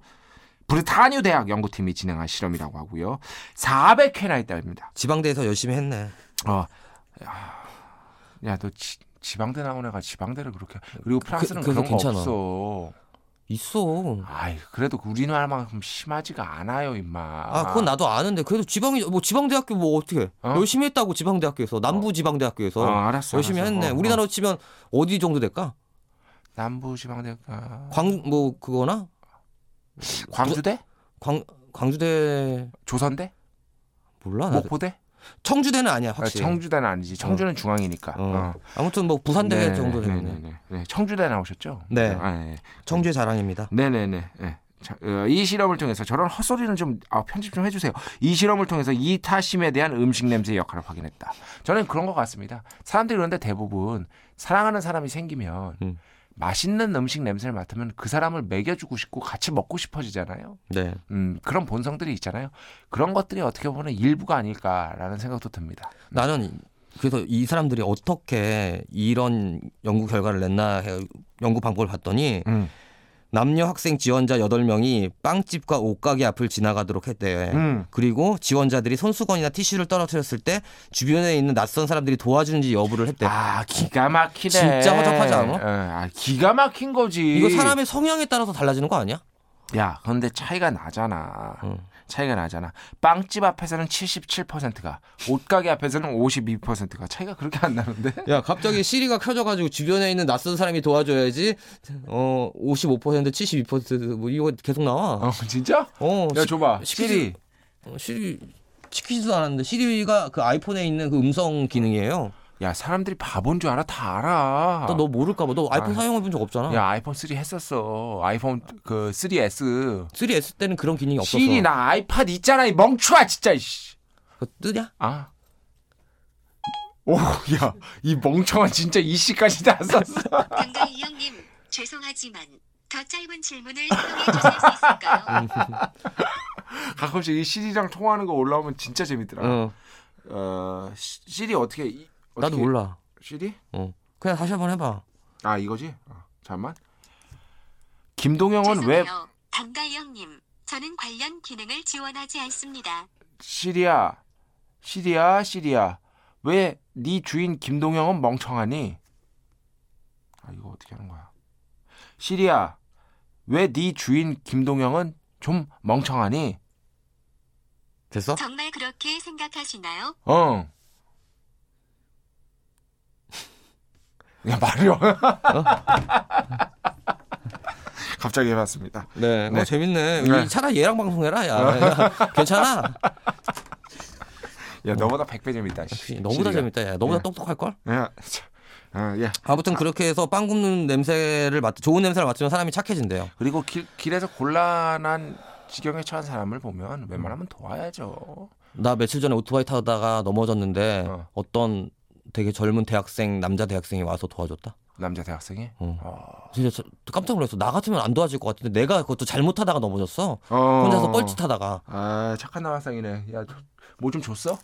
Speaker 1: 브르타뉴 대학 연구팀이 진행한 실험이라고 하고요. 400회나 했답니다.
Speaker 2: 지방대에서 열심히 했네.
Speaker 1: 어, 야, 너 지, 지방대 나온 애가 지방대를 그렇게 그리고 프랑스는 그,
Speaker 2: 그래서
Speaker 1: 런거
Speaker 2: 괜찮아.
Speaker 1: 없어.
Speaker 2: 있어.
Speaker 1: 아이, 그래도 우리나라만큼 심하지가 않아요, 임마.
Speaker 2: 아 그건 나도 아는데 그래도 지방이 뭐 지방대학교 뭐 어떻게
Speaker 1: 어?
Speaker 2: 열심히 했다고 지방대학교에서 남부 지방대학교에서
Speaker 1: 어, 알았어.
Speaker 2: 열심히
Speaker 1: 알았어.
Speaker 2: 했네.
Speaker 1: 어, 어.
Speaker 2: 우리나라로 치면 어디 정도 될까?
Speaker 1: 남부 지방대 아,
Speaker 2: 광 뭐 그거나
Speaker 1: 광주대?
Speaker 2: 광 광주대
Speaker 1: 조선대?
Speaker 2: 몰라. 나
Speaker 1: 목포대?
Speaker 2: 청주대는
Speaker 1: 뭐. 아,
Speaker 2: 아니야 아, 네. 확실히.
Speaker 1: 청주대는 아니지. 청주는 중앙이니까.
Speaker 2: 어.
Speaker 1: 어.
Speaker 2: 아무튼 뭐 부산대
Speaker 1: 네,
Speaker 2: 정도
Speaker 1: 네,
Speaker 2: 되겠네.
Speaker 1: 네, 네, 네. 청주대 나오셨죠?
Speaker 2: 네.
Speaker 1: 아, 네.
Speaker 2: 청주의 자랑입니다.
Speaker 1: 네, 네, 네. 네. 자, 어, 이 실험을 통해서 저런 헛소리는 좀 아, 편집 좀 해주세요. 이 실험을 통해서 이타심에 대한 음식 냄새의 역할을 확인했다. 저는 그런 것 같습니다. 사람들이 그런데 대부분 사랑하는 사람이 생기면
Speaker 2: 음.
Speaker 1: 맛있는 음식 냄새를 맡으면 그 사람을 먹여주고 싶고 같이 먹고 싶어지잖아요.
Speaker 2: 네.
Speaker 1: 음, 그런 본성들이 있잖아요. 그런 것들이 어떻게 보면 일부가 아닐까라는 생각도 듭니다.
Speaker 2: 나는 그래서 이 사람들이 어떻게 이런 연구 결과를 냈나 해- 연구 방법을 봤더니
Speaker 1: 음.
Speaker 2: 남녀 학생 지원자 8명이 빵집과 옷가게 앞을 지나가도록 했대.
Speaker 1: 음.
Speaker 2: 그리고 지원자들이 손수건이나 티슈를 떨어뜨렸을 때 주변에 있는 낯선 사람들이 도와주는지 여부를 했대.
Speaker 1: 아 기가 막히네.
Speaker 2: 네. 진짜 허접하지 않아?
Speaker 1: 어, 아 기가 막힌 거지.
Speaker 2: 이거 사람의 성향에 따라서 달라지는 거 아니야?
Speaker 1: 야 그런데 차이가 나잖아.
Speaker 2: 음.
Speaker 1: 차이가 나잖아. 빵집 앞에서는 77%가, 옷가게 앞에서는 52%가 차이가 그렇게 안 나는데?
Speaker 2: 야, 갑자기 시리가 켜져가지고 주변에 있는 낯선 사람이 도와줘야지. 어, 55% 72%뭐 이거 계속 나와.
Speaker 1: 어 진짜?
Speaker 2: 어,
Speaker 1: 야 줘봐.
Speaker 2: 시키지-
Speaker 1: 시리.
Speaker 2: 어, 시리 시키지도 않았는데 시리가 그 아이폰에 있는 그 음성 기능이에요.
Speaker 1: 야 사람들이 바본 줄 알아 다 알아.
Speaker 2: 너, 너 모를까 봐. 너 아이폰 사용해본 적 없잖아.
Speaker 1: 야 아이폰 3 했었어. 아이폰 그 3S.
Speaker 2: 3S 때는 그런 기능이 없었어.
Speaker 1: 시리 나 아이팟 있잖아 이 멍충아 진짜. 씨.
Speaker 2: 그거 뜨냐?
Speaker 1: 아. 오, 야, 이 멍청한 진짜 이 씨까지 다 썼어.
Speaker 3: 근데 이형님 죄송하지만 더 짧은 질문을 사용해 주실 수 있을까요?
Speaker 1: 음, 가끔씩 이 시리랑 통화하는 거 올라오면 진짜 재밌더라. 어,
Speaker 2: 어,
Speaker 1: 시- 시리 어떻게, 이- 어떻게
Speaker 2: 나도 몰라.
Speaker 1: 시리?
Speaker 2: 어, 그냥 다시 한번 해봐.
Speaker 1: 아 이거지? 어, 잠만. 김동영은 왜
Speaker 3: 죄송해요. 방가이형님 저는 관련 기능을 지원하지 않습니다.
Speaker 1: 시리야, 시리야, 시리야, 왜 네 주인 김동영은 멍청하니? 아 이거 어떻게 하는 거야? 시리야, 왜 네 주인 김동영은 좀 멍청하니?
Speaker 2: 됐어?
Speaker 3: 정말 그렇게 생각하시나요?
Speaker 1: 어. 야 말이요.
Speaker 2: 어?
Speaker 1: 갑자기 해봤습니다.
Speaker 2: 네.
Speaker 1: 네.
Speaker 2: 어, 재밌네.
Speaker 1: 네. 어.
Speaker 2: 이 차라리 얘랑 방송해라. 야, 야 괜찮아.
Speaker 1: 야 너보다 100배 재밌다. 씨.
Speaker 2: 어. 너보다
Speaker 1: 시리가.
Speaker 2: 재밌다. 야, 너보다
Speaker 1: 네.
Speaker 2: 똑똑할 걸?
Speaker 1: 야, 참. 아, 야.
Speaker 2: 아무튼 그렇게 해서 빵 굽는 냄새를 맡 좋은 냄새를 맡으면 사람이 착해진대요.
Speaker 1: 그리고 길, 길에서 곤란한 지경에 처한 사람을
Speaker 2: 음.
Speaker 1: 보면 웬만하면 도와야죠.
Speaker 2: 나 며칠 전에 오토바이 타다가 넘어졌는데
Speaker 1: 어.
Speaker 2: 어. 떤 되게 젊은 대학생 남자 대학생이 와서 도와줬다.
Speaker 1: 남자 대학생이.
Speaker 2: 어.
Speaker 1: 어.
Speaker 2: 진짜 저- 깜짝 놀랐어. 나 같으면 안 도와줄 것 같은데 내가 그것도 잘못하다가 넘어졌어. 혼자서 뻘짓하다가
Speaker 1: 아 착한 남학생이네. 야뭐 좀 줬어?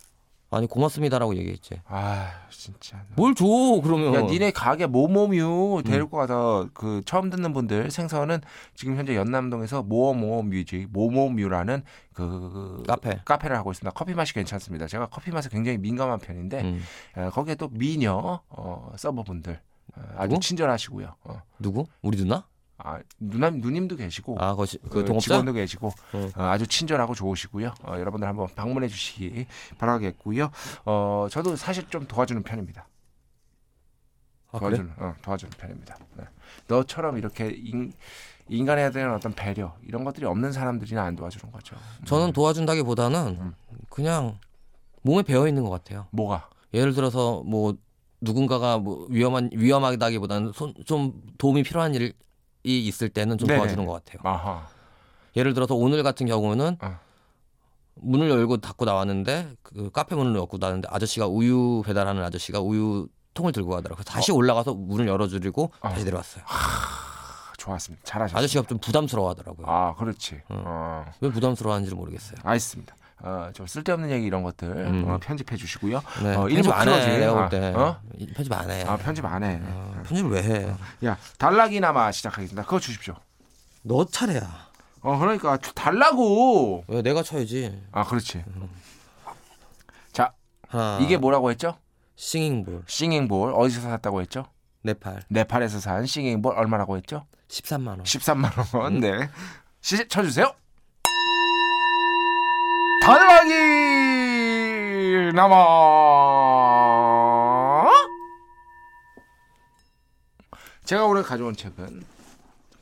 Speaker 2: 아니 고맙습니다라고 얘기했지.
Speaker 1: 아 진짜.
Speaker 2: 뭘 줘? 그러면
Speaker 1: 야 니네 가게 모모뮤 데리고
Speaker 2: 음.
Speaker 1: 가서 그 처음 듣는 분들 생선은 지금 현재 연남동에서 모모뮤직 모모뮤라는 그
Speaker 2: 카페.
Speaker 1: 카페를 하고 있습니다. 커피 맛이 괜찮습니다. 제가 커피 맛에 굉장히 민감한 편인데
Speaker 2: 음.
Speaker 1: 어, 거기에 또 미녀 어, 서버분들 어, 아주
Speaker 2: 누구?
Speaker 1: 친절하시고요. 어.
Speaker 2: 누구? 우리 누나?
Speaker 1: 아 누남 누님도 계시고
Speaker 2: 아, 거시,
Speaker 1: 어,
Speaker 2: 그 동업자?
Speaker 1: 직원도 계시고
Speaker 2: 어.
Speaker 1: 어, 아주 친절하고 좋으시고요. 어, 여러분들 한번 방문해 주시기 바라겠고요. 어 저도 사실 좀 도와주는 편입니다.
Speaker 2: 아, 그래?
Speaker 1: 도와주는 어, 도와주는 편입니다. 네. 너처럼 이렇게 인, 인간에 대한 어떤 배려 이런 것들이 없는 사람들이나 안 도와주는 거죠. 음.
Speaker 2: 저는 도와준다기보다는 그냥 몸에 배어 있는 것 같아요.
Speaker 1: 뭐가
Speaker 2: 예를 들어서 뭐 누군가가 뭐 위험한 위험하다기보다는 손, 좀 도움이 필요한 일이 있을 때는 좀
Speaker 1: 네네.
Speaker 2: 도와주는 것 같아요.
Speaker 1: 아하
Speaker 2: 예를 들어서 오늘 같은 경우는
Speaker 1: 어.
Speaker 2: 문을 열고 닫고 나왔는데 그 카페 문을 열고 나왔는데 아저씨가 우유 배달하는 아저씨가 우유 통을 들고 가더라고요. 다시 올라가서 문을 열어주리고
Speaker 1: 어.
Speaker 2: 다시 내려왔어요.
Speaker 1: 아, 좋았습니다. 잘하셨어요.
Speaker 2: 아저씨가 좀 부담스러워하더라고요.
Speaker 1: 아 그렇지. 어.
Speaker 2: 왜 부담스러워하는지 를 모르겠어요.
Speaker 1: 알겠습니다. 어, 좀 쓸데없는 얘기 이런 것들
Speaker 2: 음.
Speaker 1: 어, 편집해 주시고요.
Speaker 2: 네,
Speaker 1: 어,
Speaker 2: 편집
Speaker 1: 일부
Speaker 2: 안 해.
Speaker 1: 풀어지.
Speaker 2: 내가
Speaker 1: 아,
Speaker 2: 볼 때.
Speaker 1: 어?
Speaker 2: 편집 안 해.
Speaker 1: 아 편집 안 해.
Speaker 2: 어, 편집을 왜 해?
Speaker 1: 야 달락이나마 시작하겠습니다. 그거 주십시오.
Speaker 2: 너 차례야.
Speaker 1: 어 그러니까 주- 달라고.
Speaker 2: 왜 내가 쳐야지.
Speaker 1: 아 그렇지.
Speaker 2: 음.
Speaker 1: 자
Speaker 2: 하나.
Speaker 1: 이게 뭐라고 했죠?
Speaker 2: 싱잉볼
Speaker 1: 싱잉볼 어디서 샀다고 했죠?
Speaker 2: 네팔
Speaker 1: 네팔에서 산 싱잉볼 얼마라고 했죠?
Speaker 2: 13만 원.
Speaker 1: 13만 원. 네. 시, 쳐주세요. 달라기 남아. 제가 오늘 가져온 책은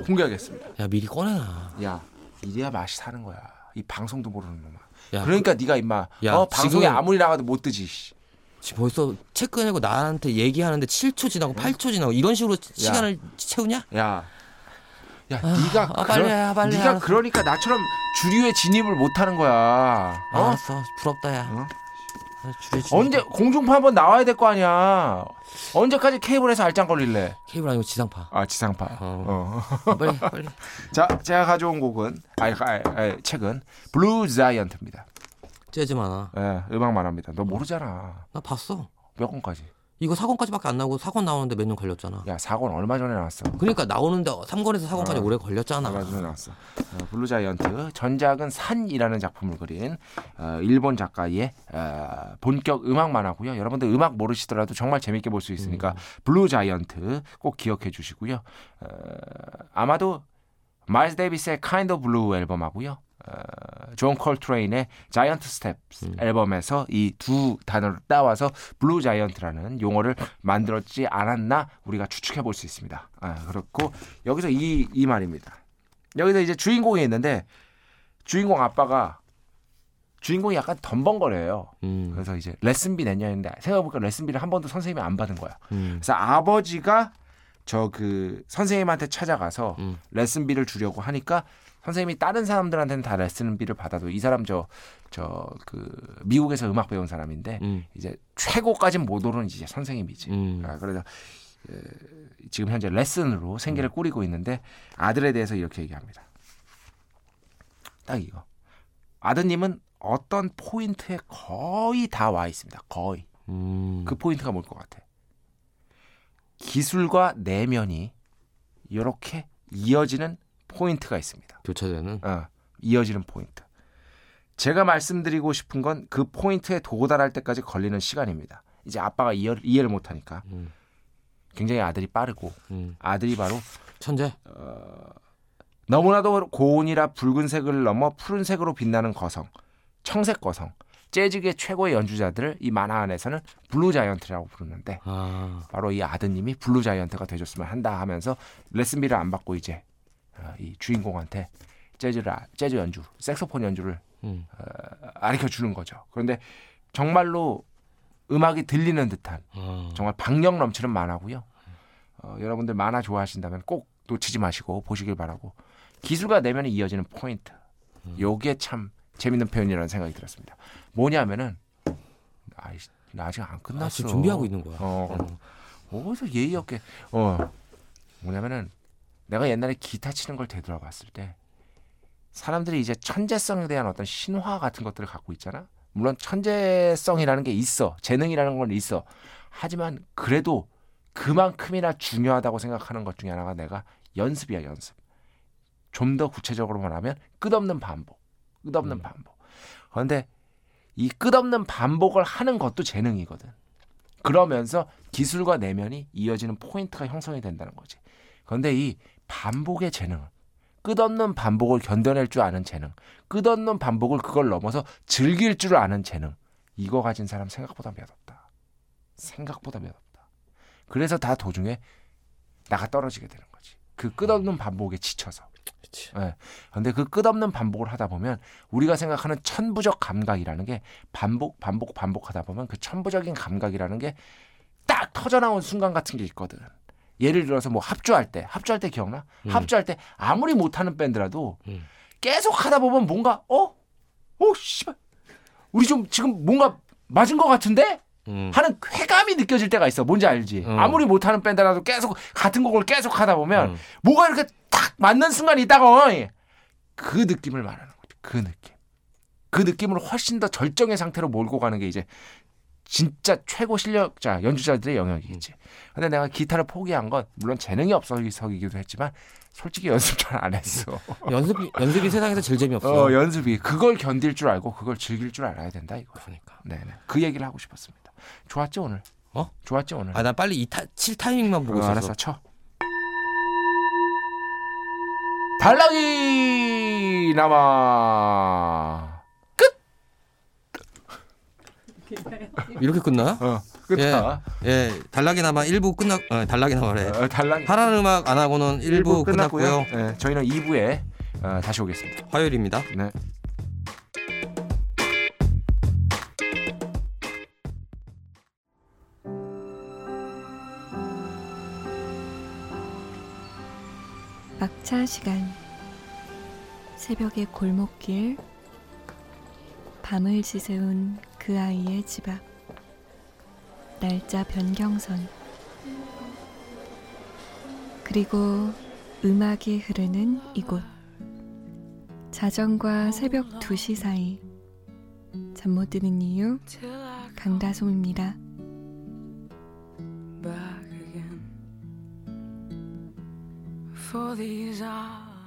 Speaker 1: 공개하겠습니다.
Speaker 2: 야 미리 꺼내놔.
Speaker 1: 야, 이래야 맛이 사는 거야. 이 방송도 모르는 놈아.
Speaker 2: 야
Speaker 1: 그러니까 네가 임마
Speaker 2: 야,
Speaker 1: 어, 방송에
Speaker 2: 지금-
Speaker 1: 아무리 나가도 못 뜨지. 씨.
Speaker 2: 지금 벌써 책 꺼내고 나한테 얘기하는데 7초 지나고 8초 지나고 이런 식으로 시간을 채우냐?
Speaker 1: 야. 야, 네가
Speaker 2: 아, 빨리 해, 빨리 해,
Speaker 1: 네가
Speaker 2: 알았어. 아,
Speaker 1: 그러니까 나처럼 주류에 진입을 못 하는 거야. 어?
Speaker 2: 알았어 부럽다 야. 아, 줄여주지.
Speaker 1: 언제 공중파 한번 나와야 될 거 아니야. 언제까지 케이블에서 알짱 걸릴래?
Speaker 2: 케이블 아니고 지상파.
Speaker 1: 아 지상파.
Speaker 2: 어.
Speaker 1: 어.
Speaker 2: 빨리 빨리.
Speaker 1: 자 제가 가져온 곡은 아이 아, 아, 책은 블루 자이언트입니다.
Speaker 2: 재즈 많아.
Speaker 1: 예, 음악만 합니다. 너 모르잖아.
Speaker 2: 나 봤어.
Speaker 1: 몇 권까지?
Speaker 2: 이거 4권까지밖에 안 나오고 4권 나오는데 몇 년 걸렸잖아.
Speaker 1: 야 4권 얼마 전에 나왔어.
Speaker 2: 그러니까 나오는데 3권에서 4권까지
Speaker 1: 아.
Speaker 2: 오래 걸렸잖아.
Speaker 1: 얼마 전에 나왔어. 어, 블루 자이언트 전작은 산이라는 작품을 그린 어, 일본 작가의 어, 본격 음악 만화고요. 여러분들 음악 모르시더라도 정말 재밌게 볼 수 있으니까 블루 자이언트 꼭 기억해 주시고요. 어, 아마도 마일스 데이비스의 Kind of Blue 앨범하고요. 어, 존 콜트레인의 자이언트 스텝스 앨범에서 이 두 단어를 따와서 블루 자이언트라는 용어를 만들었지 않았나 우리가 추측해 볼 수 있습니다. 아, 그렇고 여기서 이 이 말입니다. 여기서 이제 주인공이 있는데 주인공 아빠가 주인공이 약간 덤벙거려요.
Speaker 2: 음.
Speaker 1: 그래서 이제 레슨비 냈냐 했는데 생각해보니까 레슨비를 한 번도 선생님이 안 받은 거야.
Speaker 2: 음.
Speaker 1: 그래서 아버지가 저 그 선생님한테 찾아가서
Speaker 2: 음.
Speaker 1: 레슨비를 주려고 하니까 선생님이 다른 사람들한테는 다 레슨비를 받아도 이 사람 저 저 그 미국에서 음악 배운 사람인데
Speaker 2: 음.
Speaker 1: 이제 최고까지는 못 오른 이제 선생님이지.
Speaker 2: 음.
Speaker 1: 아, 그래서 에, 지금 현재 레슨으로
Speaker 2: 음.
Speaker 1: 생계를 꾸리고 있는데 아들에 대해서 이렇게 얘기합니다. 딱 이거. 아드님은 어떤 포인트에 거의 다 와 있습니다. 거의.
Speaker 2: 음.
Speaker 1: 그 포인트가 뭘 것 같아? 기술과 내면이 이렇게 이어지는 포인트가 있습니다.
Speaker 2: 교차되는.
Speaker 1: 어, 이어지는 포인트. 제가 말씀드리고 싶은 건 그 포인트에 도달할 때까지 걸리는 시간입니다. 이제 아빠가 이해, 이해를 못하니까
Speaker 2: 음.
Speaker 1: 굉장히 아들이 빠르고
Speaker 2: 음.
Speaker 1: 아들이 바로
Speaker 2: 천재.
Speaker 1: 너무나도 고온이라 붉은색을 넘어 푸른색으로 빛나는 거성, 청색 거성, 재즈계 최고의 연주자들을 이 만화 안에서는 블루 자이언트라고 부르는데
Speaker 2: 아.
Speaker 1: 바로 이 아드님이 블루 자이언트가 되줬으면 한다 하면서 레슨비를 안 받고 이제 어, 이 주인공한테 재즈를 아- 재즈 연주, 색소폰 연주를 어,
Speaker 2: 음.
Speaker 1: 가르쳐 주는 거죠. 그런데 정말로 음악이 들리는 듯한
Speaker 2: 아.
Speaker 1: 정말 박력 넘치는 만화고요. 어, 여러분들 만화 좋아하신다면 꼭 놓치지 마시고 보시길 바라고 기술과 내면이 이어지는 포인트.
Speaker 2: 음.
Speaker 1: 요게 참 재밌는 표현이라는 생각이 들었습니다. 뭐냐면은 아이 나 아직 안 끝났어.
Speaker 2: 아, 지금 준비하고 있는 거야.
Speaker 1: 어. 어디서 예의 없게 어 뭐냐면은 내가 옛날에 기타 치는 걸 되돌아봤을 때 사람들이 이제 천재성에 대한 어떤 신화 같은 것들을 갖고 있잖아 물론 천재성이라는 게 있어 재능이라는 건 있어 하지만 그래도 그만큼이나 중요하다고 생각하는 것 중에 하나가 내가 연습이야 연습 좀 더 구체적으로 말하면 끝없는 반복 끝없는
Speaker 2: 음.
Speaker 1: 반복 그런데 이 끝없는 반복을 하는 것도 재능이거든 그러면서 기술과 내면이 이어지는 포인트가 형성이 된다는 거지. 그런데 이 반복의 재능, 끝없는 반복을 견뎌낼 줄 아는 재능, 끝없는 반복을 그걸 넘어서 즐길 줄 아는 재능, 이거 가진 사람 생각보다 몇 없다. 생각보다 몇 없다. 그래서 다 도중에 나가 떨어지게 되는 거지. 그 끝없는 반복에 지쳐서.
Speaker 2: 그치.
Speaker 1: 근데 그 끝없는 반복을 하다 보면 우리가 생각하는 천부적 감각이라는 게 반복 반복 반복하다 보면 그 천부적인 감각이라는 게 딱 터져나온 순간 같은 게 있거든. 예를 들어서 뭐 합주할 때 합주할 때 기억나?
Speaker 2: 음.
Speaker 1: 합주할 때 아무리 못하는 밴드라도
Speaker 2: 음.
Speaker 1: 계속 하다 보면 뭔가 어? 어 씨발 우리 좀 지금 뭔가 맞은 것 같은데?
Speaker 2: 음.
Speaker 1: 하는 쾌감이 느껴질 때가 있어. 뭔지 알지?
Speaker 2: 음.
Speaker 1: 아무리 못하는 밴드라도 계속 같은 곡을 계속 하다 보면
Speaker 2: 음.
Speaker 1: 뭐가 이렇게 탁 맞는 순간이 있다가 어이. 그 느낌을 말하는 거죠. 그 느낌. 그 느낌을 훨씬 더 절정의 상태로 몰고 가는 게 이제 진짜 최고 실력자 연주자들의 영역이겠지.
Speaker 2: 음.
Speaker 1: 근데 내가 기타를 포기한 건 물론 재능이 없어서이기도 했지만 솔직히 연습 잘 안 했어.
Speaker 2: 연습 연습이 세상에서 제일 재미없어.
Speaker 1: 어, 연습이 그걸 견딜 줄 알고 그걸 즐길 줄 알아야 된다 이거.
Speaker 2: 그러니까.
Speaker 1: 네, 네. 그 얘기를 하고 싶었습니다. 좋았지 오늘?
Speaker 2: 어?
Speaker 1: 좋았지 오늘?
Speaker 2: 아, 나 빨리 이타칠 타이밍만 보고
Speaker 1: 어,
Speaker 2: 있었어.
Speaker 1: 알았어 쳐 달랑이 남아
Speaker 2: 이렇게 끝나?
Speaker 1: 어 끝나
Speaker 2: 예, 예. 달락이 남아 1부 끝나. 어, 달락이 남아래.
Speaker 1: 어, 달랑이
Speaker 2: 파란 음악 안 하고는 1부, 끝났고요.
Speaker 1: 네, 저희는 2부에 어, 다시 오겠습니다
Speaker 2: 화요일입니다.
Speaker 1: 네.
Speaker 4: 막차 시간 새벽의 골목길 밤을 지새운 그 아이의 집 앞 날짜 변경선 그리고 음악이 흐르는 이곳 자정과 새벽 2시 사이 잠 못 드는 이유 강다솜입니다.
Speaker 5: back again for these hours.